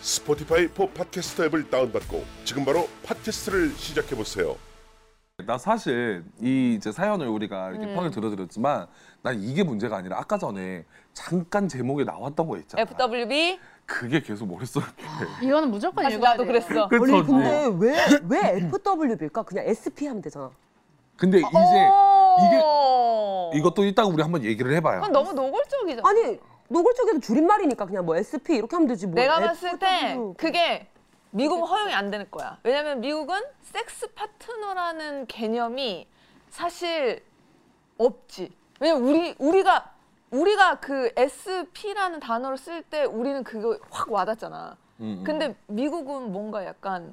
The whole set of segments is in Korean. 스포티파이 포 팟캐스터 앱을 다운받고 지금 바로 팟캐스트를 시작해보세요. 나 사실 이 이제 사연을 우리가 음. 이렇게 편을 들어드렸지만 난 이게 문제가 아니라 아까 전에 잠깐 제목에 나왔던 거 있잖아. FWB 그게 계속 머릿속에. 이거는 무조건 읽어야 돼요. 그랬어. 그래서 아니 근데 왜 왜 FWB일까? 그냥 SP 하면 되잖아. 어, 근데 이제 이게 이것도 이따 우리 한번 얘기를 해봐요. 그건 너무 노골적이죠. 아니 노골적이도 줄임말이니까 그냥 뭐 SP 이렇게 하면 되지 뭐. 네, 내가 봤을 때 FW. 그게 미국은 허용이 안 되는 거야. 왜냐면 미국은 섹스 파트너라는 개념이 사실 없지. 왜냐면 우리 우리가 우리가 그 SP라는 단어를 쓸 때 우리는 그거 확 와닿잖아. 음, 음. 근데 미국은 뭔가 약간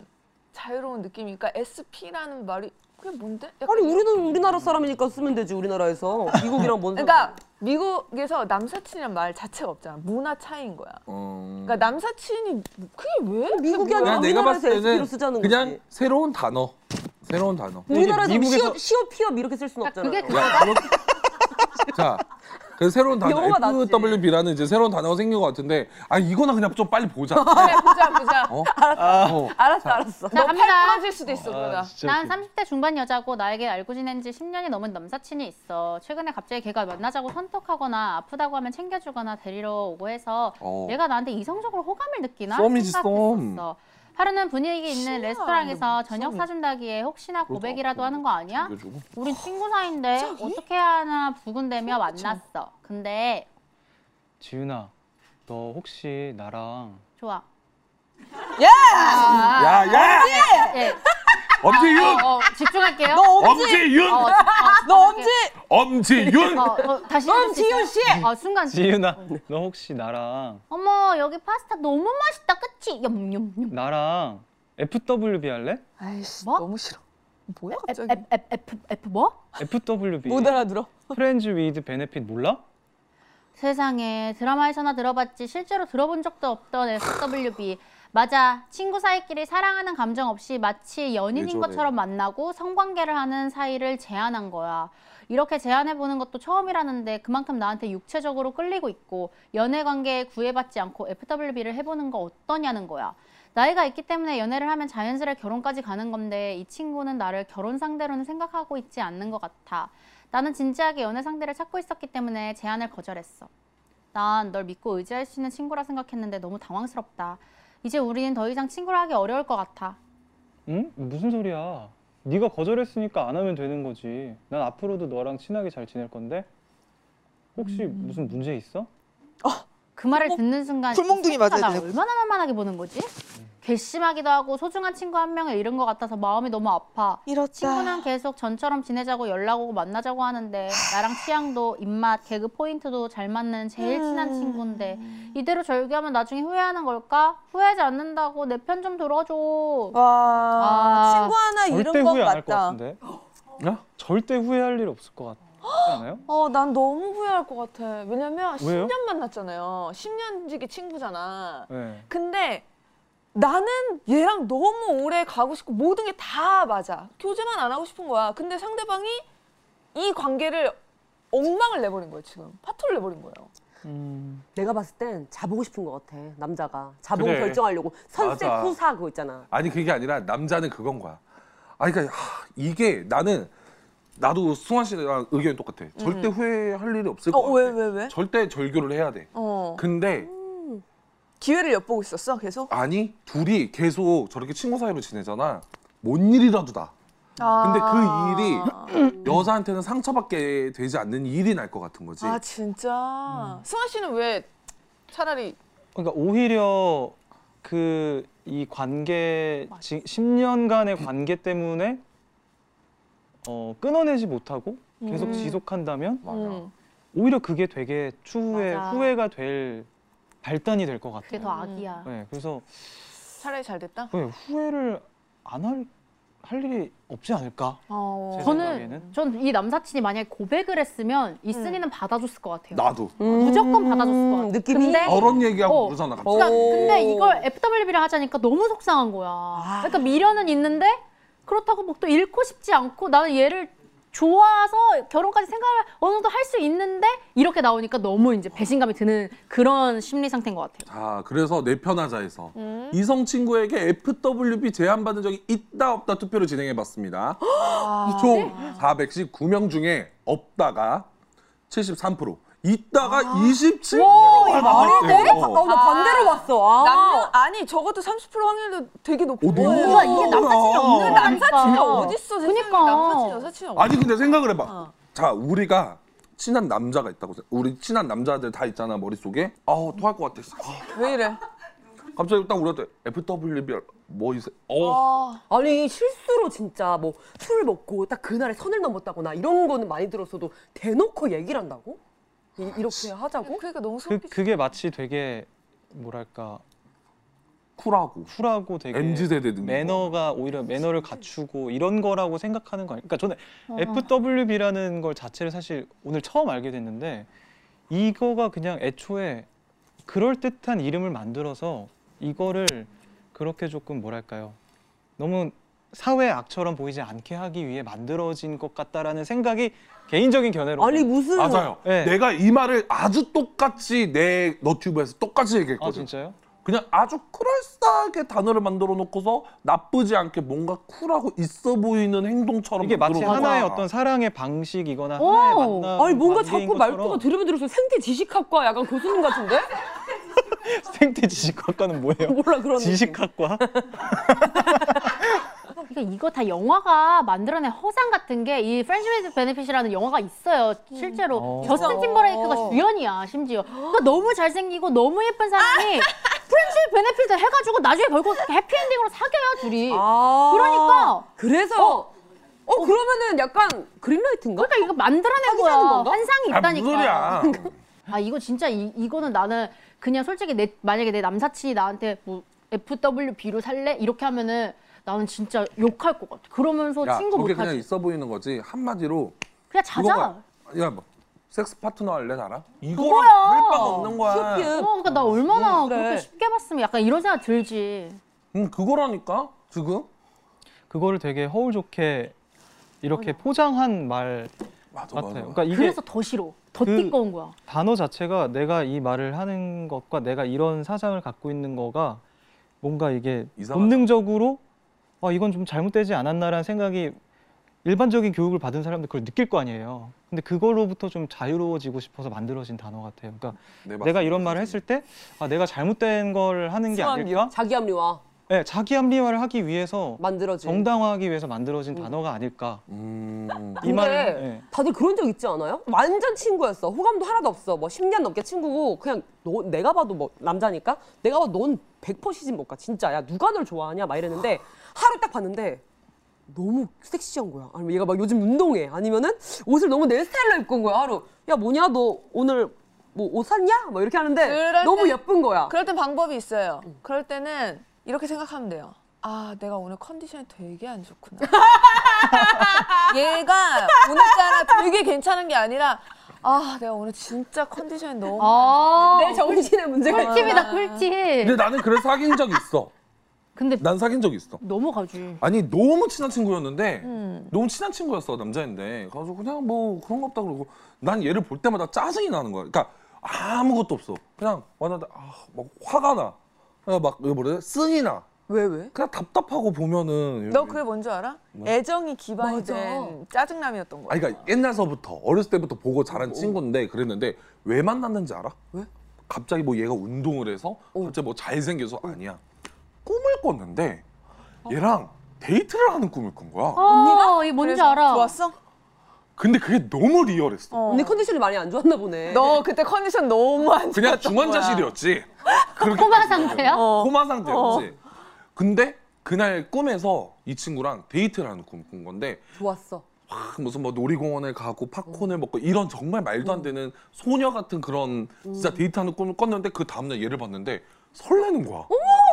자유로운 느낌이니까 SP라는 말이 그게 뭔데? 약간 아니 우리는 우리나라 사람이니까 쓰면 되지 우리나라에서 미국이랑 뭔 그러니까 미국에서 남사친이란 말 자체가 없잖아. 문화 차이인 거야. 어... 그러니까 남사친이 그게 왜? 어? 미국이 아니라 그냥 내가 우리나라에서 봤을 SP로 때는 쓰자는 그냥 거지. 새로운 단어, 새로운 단어. 우리나라에서 이게 시옷 시옷 피업 이렇게 쓸 그러니까 수는 없잖아. 그게 그 야, 그럼... 자, 그 새로운 단어 영어가 낫지. FWB라는 이제 새로운 단어가 생긴 것 같은데, 아 이거나 그냥 좀 빨리 보자. 그래 보자 보자. 어? 어. 알았어 알았어. 자, 너팔 갑니다. 부러질 수도 있어 그러다. 난 30대 중반 여자고 나에게 알고 지낸 지 10년이 넘은 남사친이 있어. 최근에 갑자기 걔가 만나자고 선톡하거나 아프다고 하면 챙겨주거나 데리러 오고 해서 어. 얘가 나한테 이성적으로 호감을 느끼나 썸이지, 썸. 생각했었어. 하루는 분위기 있는 신기하네, 레스토랑에서 무슨 저녁 썸이. 사준다기에 혹시나 고백이라도 하는 거 아니야? 챙겨주고. 우린 친구 사이인데 어떻게 해야 하나 부근대며 만났어. 근데 지윤아, 너 혹시 나랑 좋아. 야, 야, 예. 엄지윤, 어, 집중할게요. 엄지윤, 어, 어, 너 엄지 엄지윤. 어, 어, 다시 엄지윤 씨. 어, 순간. 지윤아, 너 혹시 나랑 어머 여기 파스타 너무 맛있다 그치? 염염염 나랑 FWB 할래? 아이씨 뭐? 너무 싫어. 뭐야 F, F, F, F, F 뭐? FWB. 못 알아들어. 프렌즈 위드 베네핏 몰라? 세상에 드라마에서나 들어봤지 실제로 들어본 적도 없던 SWB 맞아 친구 사이끼리 사랑하는 감정 없이 마치 연인인 예전에. 것처럼 만나고 성관계를 하는 사이를 제안한 거야 이렇게 제안해보는 것도 처음이라는데 그만큼 나한테 육체적으로 끌리고 있고 연애관계에 구애받지 않고 FWB를 해보는 거 어떠냐는 거야 나이가 있기 때문에 연애를 하면 자연스레 결혼까지 가는 건데 이 친구는 나를 결혼 상대로는 생각하고 있지 않는 것 같아. 나는 진지하게 연애 상대를 찾고 있었기 때문에 제안을 거절했어. 난 널 믿고 의지할 수 있는 친구라 생각했는데 너무 당황스럽다. 이제 우리는 더 이상 친구를 하기 어려울 것 같아. 응? 무슨 소리야? 네가 거절했으니까 안 하면 되는 거지. 난 앞으로도 너랑 친하게 잘 지낼 건데. 혹시 무슨 문제 있어? 그 말을 듣는 순간 굴몽둥이 맞아야 나 얼마나 만만하게 보는 거지? 괘씸하기도 하고 소중한 친구 한 명을 잃은 것 같아서 마음이 너무 아파. 친구는 계속 전처럼 지내자고 연락 오고 만나자고 하는데 나랑 취향도 입맛 개그 포인트도 잘 맞는 제일 친한 친구인데 이대로 절교하면 나중에 후회하는 걸까? 후회하지 않는다고 내 편 좀 들어줘. 와, 아. 친구 하나 절대 잃은 건 후회 안 할 것 맞다. 같은데. 어? 야? 절대 후회할 일 없을 것 같지 않아요? 어, 난 너무 후회할 것 같아. 왜냐면 왜요? 10년 만났잖아요. 10년 지기 친구잖아. 네. 근데 나는 얘랑 너무 오래 가고 싶고 모든 게 다 맞아. 교제만 안 하고 싶은 거야. 근데 상대방이 이 관계를 엉망을 내버린 거예요 지금. 파토를 내버린 거예요. 음. 내가 봤을 땐 자보고 싶은 것 같아 남자가 자보고 그래. 결정하려고 선색 맞아. 후사 그거 있잖아. 아니 그게 아니라 남자는 그건 거야. 아니 그러니까 하, 이게 나는 나도 승환 씨랑 의견이 똑같아. 절대 후회할 일이 없을 것 같아. 어, 왜, 왜, 왜? 절대 절교를 해야 돼. 어. 근데 기회를 엿보고 있었어 계속. 아니 둘이 계속 저렇게 친구 사이로 지내잖아. 뭔 일이라도 다. 아. 근데 그 일이 음. 여자한테는 상처받게 되지 않는 일이 날 것 같은 거지. 아 진짜. 승아 씨는 왜 차라리 그러니까 오히려 그 이 관계 지, 10년간의 관계 때문에 어, 끊어내지 못하고 계속 음. 지속한다면 맞아. 음. 오히려 그게 되게 추후에 맞아. 후회가 될 발단이 될 것 같아요. 그게 더 악이야. 네, 그래서 어, 차라리 잘 됐다? 왜 후회를 안 할 할 일이 없지 않을까? 어. 제 저는 네. 생각에는? 전 이 남사친이 만약에 고백을 했으면 음. 이 쓴이는 받아줬을 것 같아요. 음. 나도 무조건 받아줬을 것 같아요. 느낌이? 근데 결혼 얘기하고 음. 어. 그러잖아 갑자기. 그러니까 근데 이걸 FWB를 하자니까 너무 속상한 거야. 아. 그러니까 미련은 있는데 그렇다고 뭐 또 잃고 싶지 않고 나는 얘를 좋아서 결혼까지 생각을 어느 정도 할 수 있는데 이렇게 나오니까 너무 이제 배신감이 드는 그런 심리 상태인 것 같아요. 자, 그래서 내 편하자에서 음. 이성 친구에게 FWB 제안받은 적이 있다 없다 투표를 진행해봤습니다. 아, 총 네? 419명 중에 없다가 73%, 있다가 아. 어. 27%가 나왔대요. 아. 나 반대로 봤어. 아. 남녀 아니 적어도 30% 확률도 되게 높고. 오, 너무 어. 우와, 이게 남사친이 없는 많아. 남사친이 그러니까. 어딨어? 세상에 그러니까. 남사친 여사친이 어디? 아니 근데 생각을 해봐. 자 우리가 친한 남자가 있다고 생각- 우리 친한 남자들 다 있잖아 머릿속에 아우 토할 것 같아 아, 왜 이래? 갑자기 딱 우리한테 FWB 뭐 있어 어 아니 실수로 진짜 뭐 술 먹고 딱 그날에 선을 넘었다거나 이런 거는 많이 들었어도 대놓고 얘기를 한다고? 이, 이렇게 하자고? 그러니까 너무 그, 소름 끼. 그게 마치 되게 뭐랄까 쿨하고 쿨하고 되게 MZ 세대 등 매너가 오히려 매너를 갖추고 이런 거라고 생각하는 거 아니에요. 그러니까 저는 어. FWB라는 걸 자체를 사실 오늘 처음 알게 됐는데 이거가 그냥 애초에 그럴 듯한 이름을 만들어서 이거를 그렇게 조금 뭐랄까요? 너무 사회 악처럼 보이지 않게 하기 위해 만들어진 것 같다라는 생각이 개인적인 견해로 아니 음. 무슨 맞아요. 네. 내가 이 말을 아주 똑같이 내 너튜브에서 똑같이 아 얘기했거든. 진짜요? 그냥 아주 쿨하게 단어를 만들어 놓고서 나쁘지 않게 뭔가 쿨하고 있어 보이는 행동처럼 이게 마치 만들어 놓은 하나의 거야. 어떤 사랑의 방식이거나 오! 하나의 만남 아니 뭔가 관계인 자꾸 말투가 것처럼 들으면 들을수록 생태 지식학과 약간 교수님 같은데? 생태 지식학과는 뭐예요? 몰라 그런 지식학과? 그러니까 이거 다 영화가 만들어낸 허상 같은 게 이 프렌즈 위드 베네핏이라는 영화가 있어요. 실제로 어. 저스틴 팀버레이크가 주연이야 심지어. 그러니까 너무 잘생기고 너무 예쁜 사람이 프렌즈 위드 베네핏을 해가지고 나중에 결국 해피엔딩으로 사겨요 둘이. 아 그러니까 그래서 어, 그러면은 약간 그린라이트인가? 그러니까 이거 만들어낸 거야. 사귀자는 건가? 환상이 아, 있다니까. 무슨 소리야. 아 이거 진짜 이, 이거는 나는 그냥 솔직히 내 만약에 내 남사친이 나한테 뭐 FWB로 살래 이렇게 하면은 나는 진짜 욕할 것 같아. 그러면서 야, 친구 그게 못하지. 그냥 그냥, 있어 보이는 거지. 한마디로 자자. 그거가 야, 뭐 섹스 파트너 할래 나랑? 이거랑 그거야. 다를 바가 없는 거야. 어, 그러니까 나 얼마나 네. 음, 그래. 그렇게 쉽게 봤으면 약간 이런 생각 들지. 응, 그거라니까 지금. 그거를 되게 허울 좋게 이렇게 포장한 말 맞아, 네, 같아요. 맞아. 그러니까 이게 그래서 더 싫어. 더 그- 뜨거운 거야. 단어 자체가 내가 이 말을 하는 것과 내가 이런 사상을 갖고 있는 거가 뭔가 이게 이상하다. 본능적으로 아 이건 좀 잘못되지 않았나라는 생각이 일반적인 교육을 받은 사람들 그걸 느낄 거 아니에요. 근데 그걸로부터 좀 자유로워지고 싶어서 만들어진 단어 같아요. 그러니까 네, 내가 맞습니다. 이런 말을 했을 때 아 내가 잘못된 걸 하는 게 아닐까? 자기 합리화 네, 자기 합리화를 하기 위해서 만들어진. 정당화하기 위해서 만들어진 단어가 아닐까? 음. 이 말을 근데 예. 다들 그런 적 있지 않아요? 완전 친구였어. 호감도 하나도 없어. 뭐 10년 넘게 친구고 그냥 너 내가 봐도 뭐 남자니까 내가 봐도 넌100% 시집 못 가. 진짜 야 누가 널 좋아하냐 막 이랬는데 하루 딱 봤는데 너무 섹시한 거야. 아니면 얘가 막 요즘 운동해. 아니면은 옷을 너무 내 스타일로 입고 온 거야. 하루 야 뭐냐 너 오늘 뭐 옷 샀냐? 막 이렇게 하는데 그럴 너무 때- 예쁜 거야. 그럴 땐 방법이 있어요. 그럴 때는 이렇게 생각하면 돼요. 아, 내가 오늘 컨디션이 되게 안 좋구나. 얘가 오늘따라 되게 괜찮은 게 아니라 아, 내가 오늘 진짜 컨디션이 너무 아 어, 내그 정신의 문제가 네. 있 꿀팁이다 꿀팁. 근데 나는 그래서 사귄 적 있어. 근데 난 사귄 적 있어. 넘어가지. 아니 너무 친한 친구였는데 너무 친한 친구였어 남자인데 그래서 그냥 뭐 그런 거 없다 그러고 난 얘를 볼 때마다 짜증이 나는 거야 그러니까 아무것도 없어 그냥 완전 아, 막 화가 나 그냥 막 이거 뭐래 쓴이 나 왜 왜? 그냥 답답하고 보면은 너 그게 뭔 줄 알아? 애정이 기반이 맞아. 된 짜증남이었던 거야. 아니 그러니까 옛날서부터 어렸을 때부터 보고 자란 친구인데 그랬는데 왜 만났는지 알아? 왜? 갑자기 뭐 얘가 운동을 해서 갑자기 뭐 잘생겨서 아니야 꿈을 꿨는데 얘랑 데이트를 하는 꿈을 꾼 거야 아, 이게 뭔지 그래서 알아. 좋았어? 근데 그게 너무 리얼했어 언니 컨디션이 많이 안 좋았나 보네. 너 그때 컨디션 너무 안 좋았던 그냥 거야. 중환자실이었지. 그렇게 꼬마 상태야? 꼬마 어. 상태였지. 근데 그날 꿈에서 이 친구랑 데이트를 하는 꿈을 꾼 건데 좋았어. 막 무슨 뭐 놀이공원에 가고 어. 팝콘을 먹고 이런 정말 말도 안 되는 음. 어. 소녀 같은 그런 진짜 데이트하는 꿈을 꿨는데 그 다음날 얘를 봤는데 설레는 거야.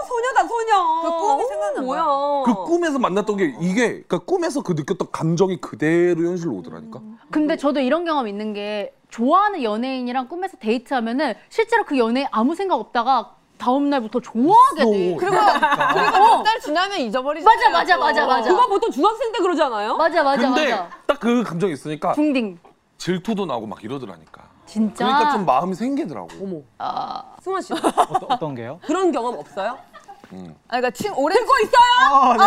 소녀다 소녀. 그 꿈이 어, 생각난다. 뭐야. 그 꿈에서 만났던 게 이게 그러니까 꿈에서 그 느꼈던 감정이 그대로 현실로 오더라니까. 근데 저도 이런 경험 있는 게 좋아하는 연예인이랑 꿈에서 데이트하면은 실제로 그 연예인 아무 생각 없다가 다음 날부터 좋아하게 돼. 그러니까 그리고 그러니까 그리고 몇 달 지나면 잊어버리지. 맞아 맞아 맞아 맞아. 그거 보통 중학생 때 그러잖아요. 맞아 맞아 근데 맞아. 딱 그 감정이 있으니까 궁딩. 질투도 나고 막 이러더라니까. 진짜. 그러니까 좀 마음이 생기더라고. 승환 씨 어떤, 어떤 게요? 그런 경험 없어요? 아, 그러니까 친 오래 듣고 있어. 아, 네.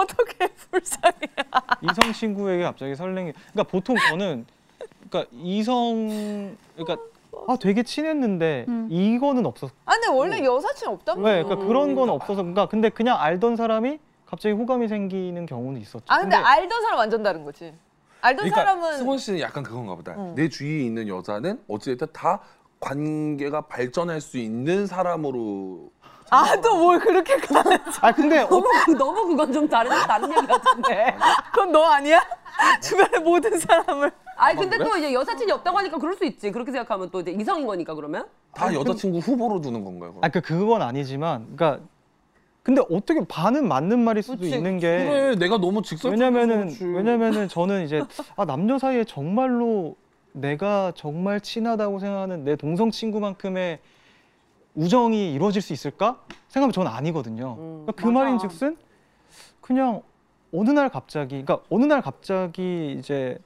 어떻게 불쌍해. 이성 친구에게 갑자기 설레는 게 그러니까 보통 저는 그러니까 이성 그러니까 아 되게 친했는데 음. 이거는 없었 아, 근데 원래 여사친 없단 말이야. 네, 그러니까 그런 건 없어서 그러니까 근데 그냥 알던 사람이 갑자기 호감이 생기는 경우는 있었죠. 아, 근데, 알던 사람 완전 다른 거지. 알던 그러니까 사람은 승원 씨는 약간 그건가 보다. 내 주위에 있는 여자는 어찌됐든 다 관계가 발전할 수 있는 사람으로 아 또 뭘 그렇게 가? 아 근데 어, 네. 너무 그- 너무 그건 좀 다른 다른 얘기 같은데. 그건 너 아니야? 주변의 모든 사람을. 아니 근데 또 이제 여사친이 없다고 하니까 그럴 수 있지. 그렇게 생각하면 또 이제 이성인 거니까 그러면. 다 여자친구 후보로 두는 건가요? 그럼? 아 그, 그건 아니지만 그러니까 근데 어떻게 반은 맞는 말일 수도 있는 게 그래 내가 너무 직설 네. 왜냐면은 왜냐면은 저는 이제 아 남녀 사이에 정말로 내가 정말 친하다고 생각하는 내 동성 친구만큼의 우정이 이루어질 수 있을까 생각하면 저는 아니거든요. 음, 그러니까 그 말인즉슨 그냥 어느 날 갑자기 그러니까 어느 날 갑자기 이제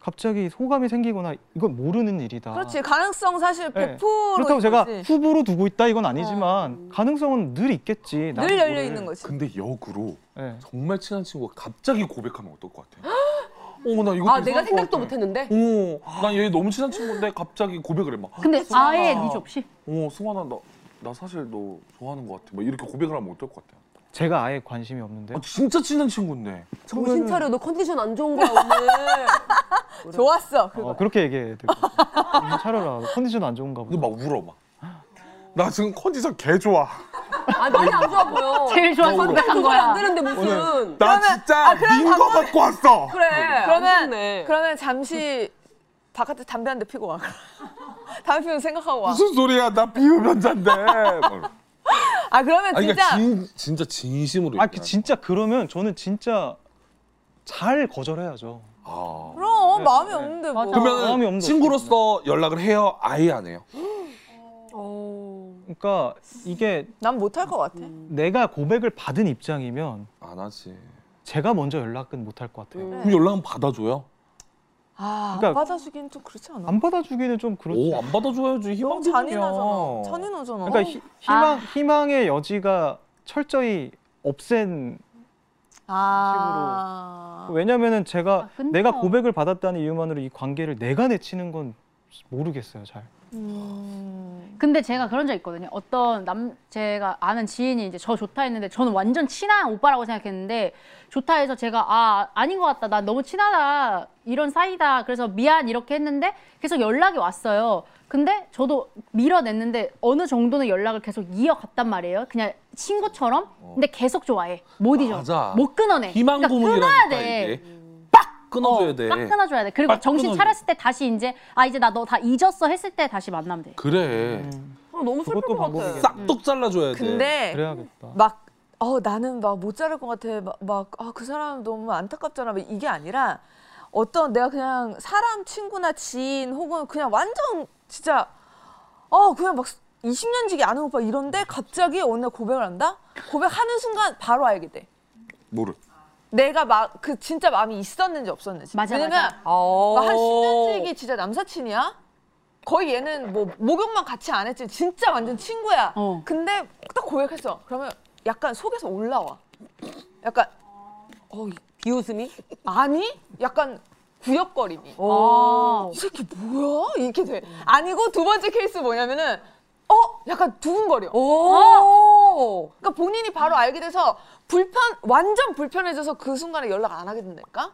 갑자기 호감이 생기거나 이건 모르는 일이다. 그렇지. 가능성 사실 100%. 네. 그렇다고 제가 거지. 어. 후보로 두고 있다 이건 아니지만 가능성은 늘 있겠지. 나도 늘 열려 모를. 있는 거지. 근데 역으로 예. 정말 친한 친구가 갑자기 고백하면 어떨 것 같아? 어나 이거 아 내가 생각도 못했는데. 어난얘 너무 친한 친구인데 갑자기 고백을 해 막. 근데 아예 네 니 접시. 어 승환아 나, 나 사실 너 좋아하는 것 같아. 막 이렇게 고백을 하면 어떨 것 같아? 제가 아예 관심이 없는데. 아, 진짜 친한 친구인데. 뭐 정신 차려. 너 컨디션 안 좋은 거야 오늘. 좋았어. 어, 그렇게 얘기해야 될 것 같아요. 음, 차려라. 컨디션 안 좋은가 근데 보다. 막 울어 막. 나 지금 컨디션 개 좋아. 아 많이 안 좋아 보여. 제일 좋아하는 너무 고백 한 그거 거야. 안 되는데 무슨. 나 아, 진짜 민거 받고 왔어. 그래. 그러면- 안 좋네. 그러면 잠시 바깥에 담배 한 대 피고 와. 담배 피우는 생각하고 와. 무슨 소리야? 나 비흡연자인데. 뭐 막. 뭐? 아 그러면 아니, 그러니까 진짜 진, 진짜 진심으로. 아, 얘기하는 그 진짜 그러면 저는 진짜 잘 거절해야죠. 거야. 아. 그럼 마음이 없는데 뭐. 맞아. 마음이 그러면 없는 친구로서 연락을 해요? 아예 안 해요? 그러니까 이게 난 못할 것 같아. 내가 고백을 받은 입장이면 안 하지. 제가 먼저 연락은 못 할 것 같아요. 그럼 연락은 받아주어요? 아, 안 그러니까- 받아주긴 좀 그렇지 않아? 안 받아주기는 좀 그렇지. 오, 안 받아줘야지. 너무 희망적이야. 잔인하잖아. 잔인하잖아. 그러니까 희, 희망 희망의 여지가 철저히 없앤 아. 왜냐면은 제가 아, 끊겨. 내가 고백을 받았다는 이유만으로 이 관계를 내가 내치는 건 모르겠어요, 잘. 음. 근데 제가 그런 적 있거든요. 어떤 남 제가 아는 지인이 이제 저 좋다 했는데 저는 완전 친한 오빠라고 생각했는데 좋다 해서 제가 아 아닌 것 같다. 난 너무 친하다 이런 사이다. 그래서 미안 이렇게 했는데 계속 연락이 왔어요. 근데 저도 밀어냈는데 어느 정도는 연락을 계속 이어갔단 말이에요. 그냥 친구처럼 근데 계속 좋아해. 못 잊어. 어. 맞아. 못 끊어내. 그러니까 희망 그러니까 끊어야 고문이라니까 돼. 이게. 빡 끊어줘야 돼. 딱 끊어줘야 돼. 그리고 딱 정신 끊어줘. 차렸을 때 다시 이제 아 이제 나 너 다 잊었어 했을 때 다시 만나면 돼. 그래. 어, 너무 슬플 그것도 것 같아. 방법이겠다. 싹둑 잘라줘야 돼. 음. 네. 근데 그래야겠다. 음. 막 어, 나는 막 못 자랄 것 같아. 막아그 사람 너무 안타깝잖아. 막 이게 아니라 어떤 내가 그냥 사람 친구나 지인 혹은 그냥 완전 진짜 어 그냥 막 20년 지기 아는 오빠 이런데 갑자기 어느 날 고백을 한다? 고백하는 순간 바로 알게 돼. 뭐를? 내가 막 그 진짜 마음이 있었는지 없었는지. 맞아, 왜냐면 맞아. 어. 뭐 막한 10년 지기 진짜 남사친이야? 거의 얘는 뭐 목욕만 같이 안 했지 진짜 완전 친구야. 어. 근데 딱 고백했어. 그러면 약간 속에서 올라와. 약간 어 이- 비웃음이? 아니? 약간 구역거림이. 어. 아. 이 새끼 뭐야? 이렇게 돼. 아니고 두 번째 케이스 뭐냐면은 어 약간 어. 두근거려. 오. 그러니까 본인이 바로 알게 돼서 불편 완전 불편해져서 그 순간에 연락 안 하게 된다니까.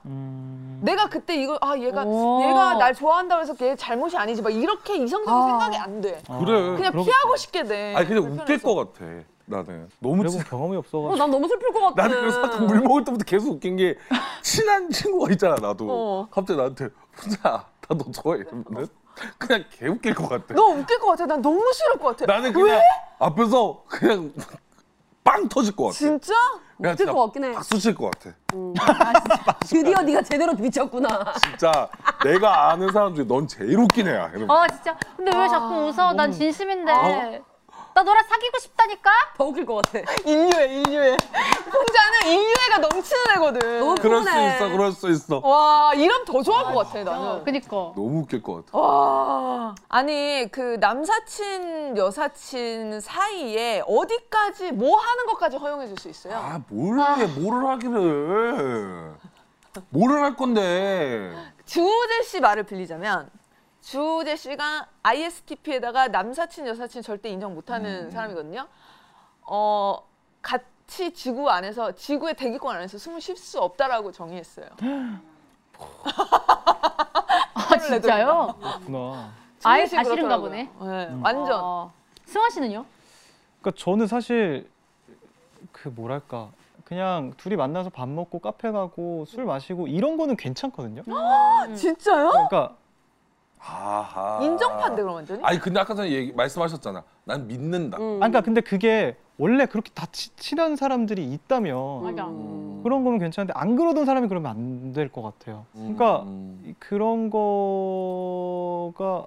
내가 그때 이거 아 얘가 오. 얘가 날 좋아한다고 해서 걔 잘못이 아니지 막 이렇게 이성적인 아. 생각이 안 돼. 그래. 그냥 그러겠다. 피하고 싶게 돼. 아니 근데 웃길 불편해서. 것 같아. 나는 너무 그리고 친. 경험이 없어가지고. 어, 난 너무 슬플 것 같아. 나는 그래서 음. 아까 물 먹을 때부터 계속 웃긴 게 친한 친구가 있잖아 나도. 어. 갑자기 나한테 혼자 나너 좋아해 이러면은 그냥 개 웃길 것 같아. 너 웃길 것 같아. 난 너무 싫을 것 같아. 나는 그냥 앞에서 그냥 빵 터질 것 같아. 진짜? 그냥 웃을 진짜 것 같긴 해. 박수 칠 것 같아. 드디어 네가 제대로 미쳤구나. 진짜 내가 아는 사람 중에 넌 제일 웃긴 애야. 이러면. 아 진짜. 근데 왜 자꾸 웃어? 난 진심인데. 나 너랑 사귀고 싶다니까? 더 웃길 것 같아. 인류애, 인류애. 혼자는 인류애가 넘치는 애거든. 너무 그럴 수 피곤해. 있어, 그럴 수 있어. 와, 이러면 더 좋아할 것 같아, 나는. 그니까. 너무 웃길 것 어. 같아. 와. 아니, 그 남사친, 여사친 사이에 어디까지, 뭐 하는 것까지 허용해 줄 수 있어요? 아, 뭘 해, 뭐를 하기를. 뭐를 할 건데. 주우재 씨 말을 빌리자면 주우재 씨가 ISTP에다가 남사친 여사친 절대 인정 음. 못하는 사람이거든요. 어 같이 지구 안에서 지구의 대기권 안에서 숨을 쉴 수 없다라고 정의했어요. 아 진짜요? 그렇구나. 아예 주우재 씨 다 싫은가 그렇더라고요. 보네. 네, 완전. 어. 승환 씨는요? 그러니까 저는 사실 그 뭐랄까 그냥 둘이 만나서 밥 먹고 카페 가고 술 마시고 이런 거는 괜찮거든요. 음. 아. 진짜요? 그러니까 음. 아하. 인정판데 그럼 완전히? 음. 아니, 근데 아까 전에 얘기, 말씀하셨잖아. 난 믿는다. 아 그러니까 근데 그게 원래 그렇게 다 치- 친한 사람들이 있다면 맞아. 음. 그런 거면 괜찮은데 안 그러던 사람이 그러면 안 될 것 같아요. 그러니까 음. 이- 그런 거가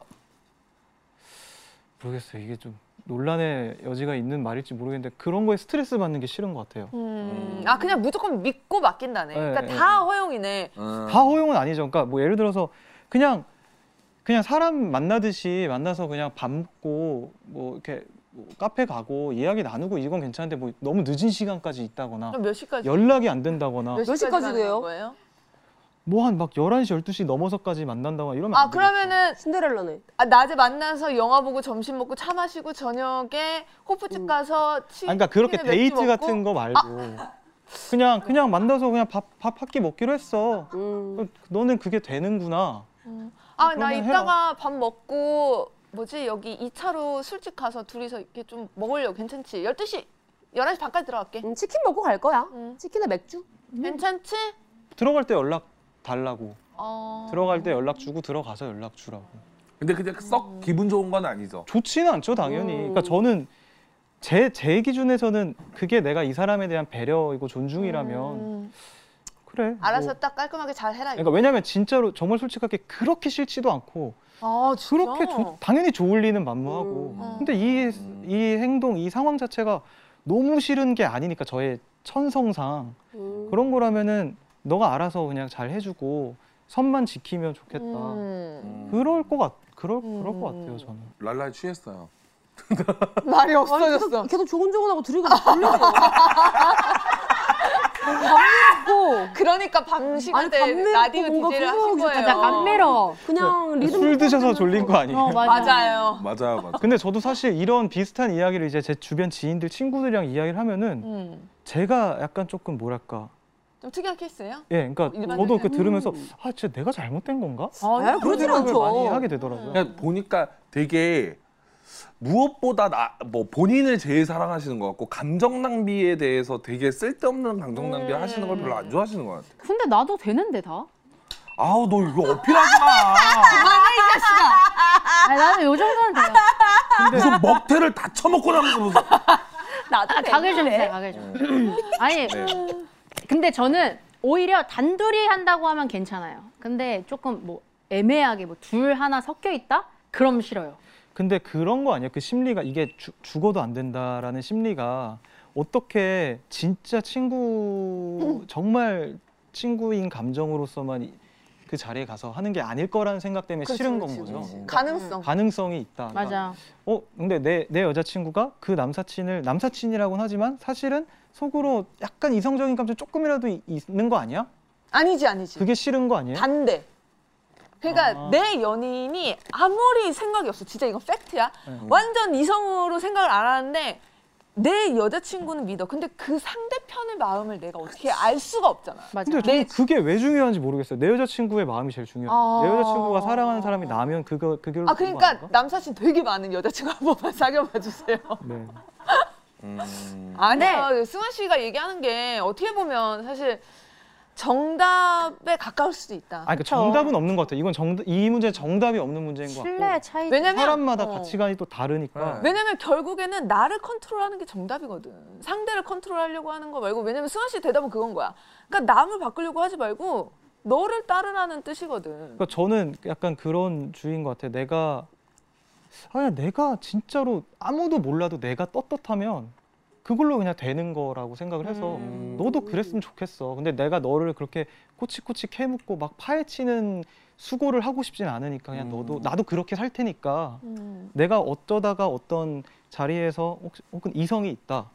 모르겠어요. 이게 좀 논란의 여지가 있는 말일지 모르겠는데 그런 거에 스트레스 받는 게 싫은 것 같아요. 음, 아 그냥 무조건 믿고 맡긴다네. 네, 그러니까 네. 다 허용이네. 음. 다 허용은 아니죠. 그러니까 뭐 예를 들어서 그냥 그냥 사람 만나듯이 만나서 그냥 밥 먹고 뭐 이렇게 뭐 카페 가고 이야기 나누고 이건 괜찮은데 뭐 너무 늦은 시간까지 있다거나 그럼 몇 시까지? 연락이 안 된다거나 몇 시까지 시까지 돼요? 가는 거예요? 뭐 한 막 11시, 12시 넘어서까지 만난다거나 이러면 아 안 되겠죠. 그러면은 신데렐라네. 아, 낮에 만나서 영화 보고 점심 먹고 차 마시고 저녁에 호프집 가서 치. 아니, 그러니까 그렇게 치킨에 데이트 맥주 먹고. 같은 거 말고 그냥 그냥 만나서 그냥 밥 밥 한 끼 먹기로 했어. 음. 어, 너는 그게 되는구나. 아, 나 그러면 이따가 밥 먹고 뭐지 여기 2차로 술집 가서 둘이서 이렇게 좀 먹으려고 괜찮지? 12시, 11시 반까지 들어갈게. 음, 치킨 먹고 갈 거야. 음. 치킨에 맥주. 괜찮지? 들어갈 때 연락 달라고. 어. 들어갈 때 연락 주고 들어가서 연락 주라고. 근데 그냥 썩 기분 좋은 건 아니죠. 좋지는 않죠, 당연히. 음. 그러니까 저는 제 제 기준에서는 그게 내가 이 사람에 대한 배려이고 존중이라면 뭐 음, 그래. 뭐. 알아서 딱 깔끔하게 잘 해라. 이거. 그러니까 왜냐면 진짜로 정말 솔직하게 그렇게 싫지도 않고 아, 진짜? 그렇게 좋- 당연히 좋을리는 만무하고 음. 근데 이, 이 행동 이 상황 자체가 너무 싫은 게 아니니까 저의 천성상 음. 그런 거라면은 너가 알아서 그냥 잘 해주고 선만 지키면 좋겠다 음. 음. 그럴 것 같 그럴 음. 그럴 것 같아요 저는 랄라에 취했어요. 말이 없어졌어. 계속 조곤조곤하고 들이고 졸려. 오, 그러니까 밤 시간 때 밤늦고 라디오 뭔가 DJ를 구멍이 하신 거예요. 맞아. 감매러. 그냥 리듬. 네. 술 드셔서 졸린 거 아니에요? 어 맞아. 맞아요. 맞아요, 맞아. 근데 저도 사실 이런 비슷한 이야기를 이제 제 주변 지인들 친구들이랑 이야기를 하면은 음. 제가 약간 조금 뭐랄까 좀 특이한 케이스예요? 예 그러니까 일반인은? 저도 그 들으면서 아 진짜 내가 잘못된 건가? 아, 그런 그러진 생각을 않죠. 많이 하게 되더라고요. 그냥 보니까 되게 무엇보다 나, 뭐 본인을 제일 사랑하시는 것 같고 감정 낭비에 대해서 되게 쓸데없는 감정 낭비 음. 하시는 걸 별로 안 좋아하시는 것 같아. 근데 나도 되는데 다. 아우 너 이거 어필하지 마. 아니, 나는 요 정도는 돼요. 무슨 먹태를 다 처먹고 나면 무슨. 나도 아, 각을 좀 주세요. 각을 좀. 아니 네. 네. 근데 저는 오히려 단둘이 한다고 하면 괜찮아요. 근데 조금 뭐 애매하게 뭐 둘 하나 섞여 있다? 그럼 싫어요. 근데 그런 거 아니야? 그 심리가 이게 주- 죽어도 안 된다라는 심리가 어떻게 진짜 친구 정말 친구인 감정으로서만 이- 그 자리에 가서 하는 게 아닐 거라는 생각 때문에 그렇지, 싫은 그렇지, 건 거죠. 음. 그렇지. 가능성. 가능성이 있다. 그러니까 맞아. 어, 근데 내, 내 여자친구가 그 남사친을 남사친이라고는 하지만 사실은 속으로 약간 이성적인 감정 조금이라도 이- 있는 거 아니야? 아니지, 아니지. 그게 싫은 거 아니에요? 반대. 그러니까 아. 내 연인이 아무리 생각이 없어. 진짜 이건 팩트야. 네. 완전 이성으로 생각을 안 하는데 내 여자친구는 믿어. 근데 그 상대편의 마음을 내가 어떻게 알 수가 없잖아. 맞아. 근데 저는 그게 왜 중요한지 모르겠어요. 내 여자친구의 마음이 제일 네. 중요해요. 아. 내 여자친구가 사랑하는 사람이 나면 그거 그걸로 아 좋은 거 그러니까 아닌가? 남사친 되게 많은 여자친구 한 번만 사귀어봐 주세요. 아, 네. 음. 아니요 승환 씨가 얘기하는 게 어떻게 보면 사실 정답에 가까울 수도 있다. 아니, 그러니까 그쵸. 정답은 없는 것 같아요. 이건 정답, 이 문제 정답이 없는 문제인 것 신뢰의 같고 차이. 왜냐면 사람마다 어. 가치관이 또 다르니까. 네. 왜냐면 결국에는 나를 컨트롤하는 게 정답이거든. 상대를 컨트롤하려고 하는 거 말고 왜냐면 승환 씨 대답은 그건 거야. 그러니까 남을 바꾸려고 하지 말고 너를 따르라는 뜻이거든. 그러니까 저는 약간 그런 주의인 것 같아요. 내가 아니 내가 진짜로 아무도 몰라도 내가 떳떳하면 그걸로 그냥 되는 거라고 생각을 해서 너도 그랬으면 좋겠어. 근데 내가 너를 그렇게 꼬치꼬치 캐묻고 막 파헤치는 수고를 하고 싶진 않으니까 그냥 음. 너도 나도 그렇게 살 테니까 음. 내가 어쩌다가 어떤 자리에서 혹- 혹은 이성이 있다.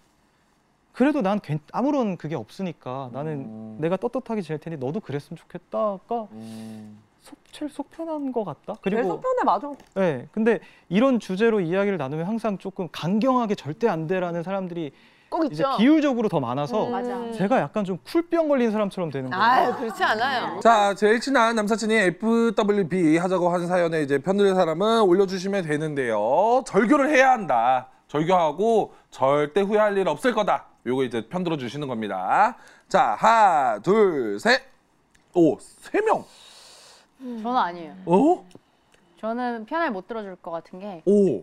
그래도 난 괜- 아무런 그게 없으니까 나는 음. 내가 떳떳하게 지낼 테니 너도 그랬으면 좋겠다가 음. 속, 제일 속 편한 것 같다. 제일 그리고 속편해 맞아. 예. 근데 이런 주제로 이야기를 나누면 항상 조금 강경하게 절대 안 돼라는 사람들이 꼭 이제 있죠. 비율적으로 더 많아서 맞아. 제가 약간 좀 쿨병 걸린 사람처럼 되는 거예요. 아유 그렇지 않아요. 자, 제일 친한 남사친이 FWB 하자고 한 사연에 이제 편들 사람은 올려주시면 되는데요. 절교를 해야 한다. 절교하고 절대 후회할 일 없을 거다. 요거 이제 편들어 주시는 겁니다. 자, 하나, 둘, 셋. 오, 세 명. 저는 아니에요. 어? 저는 편을 못 들어줄 것 같은 게 오.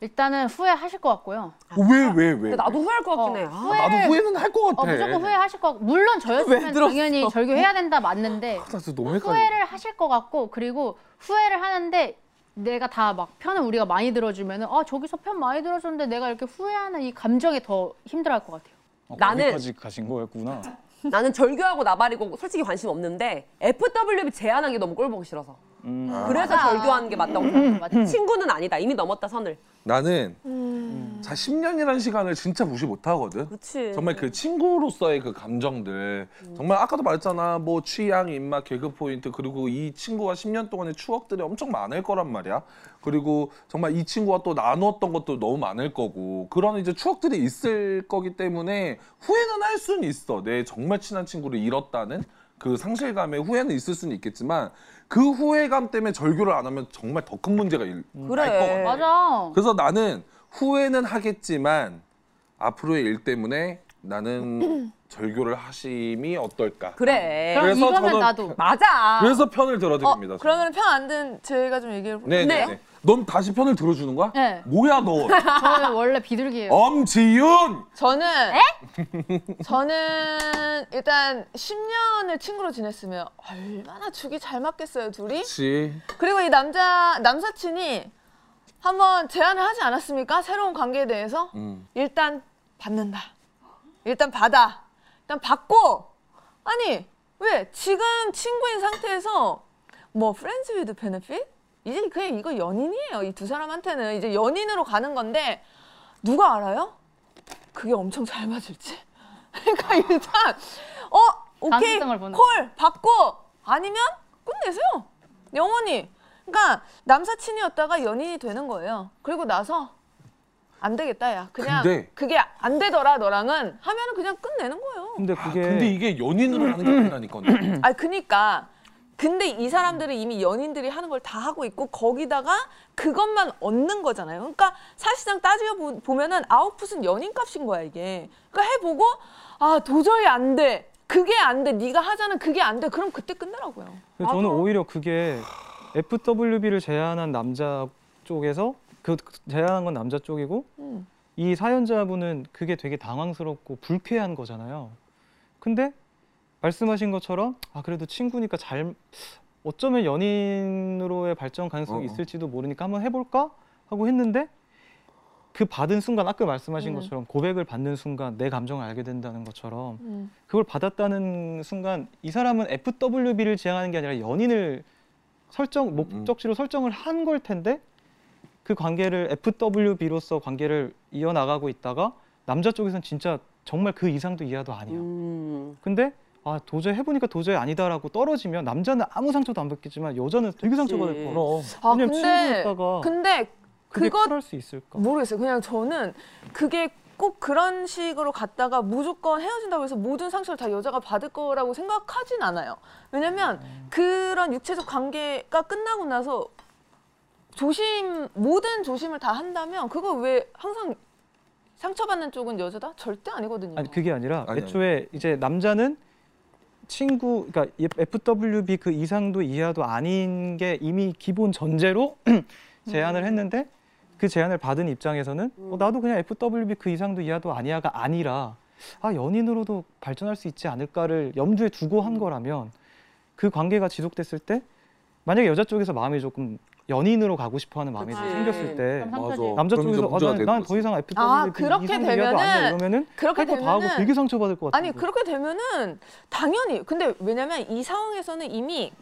일단은 후회하실 것 같고요. 왜, 왜, 왜? 네. 근데 나도 후회할 것 같긴 어, 해. 아, 후회를 나도 후회는 할 것 같아. 어, 무조건 후회하실 것 같고 물론 저였으면 당연히 절교해야 된다 맞는데 나 진짜 너무 헷갈려. 후회를 하실 것 같고 그리고 후회를 하는데 내가 다 막 편을 우리가 많이 들어주면은 아 저기서 편 많이 들어줬는데 내가 이렇게 후회하는 이 감정이 더 힘들어할 것 같아요. 어, 나는- 거기까지 가신 거였구나. 나는 절교하고 나발이고 솔직히 관심 없는데 FWB 제안한 게 너무 꼴 보기 싫어서. 음. 그래서 절교하는 게 맞다고 생각해. 친구는 아니다. 이미 넘었다 선을. 나는 자 10년이라는 시간을 진짜 무시 못 하거든. 음. 그치. 음. 정말 그 친구로서의 그 감정들 정말 아까도 말했잖아 뭐 취향 입맛 개그 포인트 그리고 이 친구와 10년 동안의 추억들이 엄청 많을 거란 말이야 그리고 정말 이 친구와 또 나누었던 것도 너무 많을 거고 그런 이제 추억들이 있을 거기 때문에 후회는 할 수는 있어 내 정말 친한 친구를 잃었다는 그 상실감에 후회는 있을 수는 있겠지만 그 후회감 때문에 절교를 안 하면 정말 더 큰 문제가 일, 음, 그래. 날것 같아 맞아. 그래서 나는 후회는 하겠지만 앞으로의 일 때문에 나는 절교를 하심이 어떨까. 네. 그래. 그럼 그래서 이거는 저는- 나도 맞아. 그래서 편을 어, 들어드립니다. 그러면 편 안 든 제가 좀 얘기를 볼게요. 네네네. 넌 다시 편을 들어주는 거야? 네. 뭐야 너? 저는 원래 비둘기예요. 엄지윤. 저는 저는 일단 10년을 친구로 지냈으면 얼마나 죽이 잘 맞겠어요 둘이. 그렇지. 그리고 이 남자 남사친이 한번 제안을 하지 않았습니까? 새로운 관계에 대해서 음. 일단 받는다. 일단 받아. 일단 받고 아니 왜 지금 친구인 상태에서 뭐 프렌즈 위드 베네핏? 이제 그냥 이거 연인이에요. 이 두 사람한테는 이제 연인으로 가는 건데 누가 알아요? 그게 엄청 잘 맞을지. 그러니까 일단 어 오케이 가능성을 보는 콜 받고 아니면 끝내세요. 영원히. 그러니까 남사친이었다가 연인이 되는 거예요. 그리고 나서 안 되겠다 야. 그냥 근데- 그게 안 되더라 너랑은 하면은 그냥 끝내는 거예요. 아, 근데 그게 아, 근데 이게 연인으로 하는 게 아니라니까. 아 그니까 근데 이 사람들은 이미 연인들이 하는 걸 다 하고 있고 거기다가 그것만 얻는 거잖아요. 그러니까 사실상 따지고 보- 보면은 아웃풋은 연인값인 거야 이게. 그러니까 해보고 아 도저히 안 돼. 그게 안 돼. 네가 하자는 그게 안 돼. 그럼 그때 끝내라고요. 근데 저는 오히려 그게 FWB를 제안한 남자 쪽에서 그 제안한 건 남자 쪽이고 음. 이 사연자분은 그게 되게 당황스럽고 불쾌한 거잖아요. 근데 말씀하신 것처럼 아 그래도 친구니까 잘 어쩌면 연인으로의 발전 가능성이 어, 어. 있을지도 모르니까 한번 해볼까 하고 했는데 그 받은 순간 아까 말씀하신 음. 것처럼 고백을 받는 순간 내 감정을 알게 된다는 것처럼 음. 그걸 받았다는 순간 이 사람은 FWB를 지향하는 게 아니라 연인을 설정 음, 목적지로 설정을 한 걸 텐데 그 관계를 FWB로서 관계를 이어나가고 있다가 남자 쪽에선 진짜 정말 그 이상도 이하도 아니야. 음. 근데 아 도저히 해보니까 도저히 아니다라고 떨어지면 남자는 아무 상처도 안 받겠지만 여자는 되게 상처받을 거야. 그럼. 아 왜냐면 근데 친구였다가 근데 그게 그거 풀할 수 있을까? 그러니까. 모르겠어요. 그냥 저는 그게 꼭 그런 식으로 갔다가 무조건 헤어진다고 해서 모든 상처를 다 여자가 받을 거라고 생각하진 않아요. 왜냐면 그런 육체적 관계가 끝나고 나서 조심 모든 조심을 다 한다면 그거 왜 항상 상처받는 쪽은 여자다? 절대 아니거든요. 아니 그게 아니라 아니, 아니. 애초에 이제 남자는 친구, 그러니까 FWB 그 이상도 이하도 아닌 게 이미 기본 전제로 제안을 했는데 그 제안을 받은 입장에서는 어, 나도 그냥 FWB 그 이상도 이하도 아니야가 아니라 아 연인으로도 발전할 수 있지 않을까를 염두에 두고 한 거라면 그 관계가 지속됐을 때 만약에 여자 쪽에서 마음이 조금 연인으로 가고 싶어하는 마음이 그치. 생겼을 때 그럼 상처지. 남자 어, 그럼 이제 쪽에서 문제가 되는 난더 거지. 이상 FWB 아, 그 그렇게 이상도 이하도 아니야 되면은 이러면은 그렇게 할 거 다 하고 되면은 되게 상처받을 것 같은데 아니 그렇게 되면은 당연히 근데 왜냐면 이 상황에서는 이미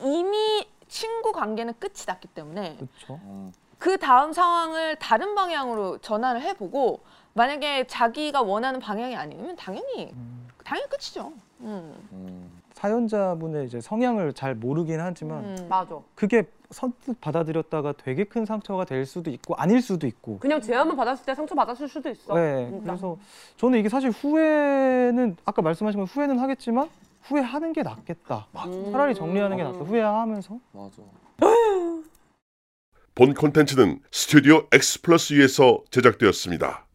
이미 친구 관계는 끝이 났기 때문에 그렇죠. 그 다음 상황을 다른 방향으로 전환을 해보고 만약에 자기가 원하는 방향이 아니면 당연히 당연히 끝이죠. 음. 사연자분의 이제 성향을 잘 모르긴 하지만 음. 맞아. 그게 선뜻 받아들였다가 되게 큰 상처가 될 수도 있고 아닐 수도 있고. 그냥 제안만 받았을 때 상처 받았을 수도 있어. 네. 그러니까. 그래서 저는 이게 사실 후회는 아까 말씀하신 건 후회는 하겠지만 후회하는 게 낫겠다. 음. 차라리 정리하는 게 낫다. 후회하면서 맞아. 본 콘텐츠는 스튜디오 X 플러스 위에서 제작되었습니다.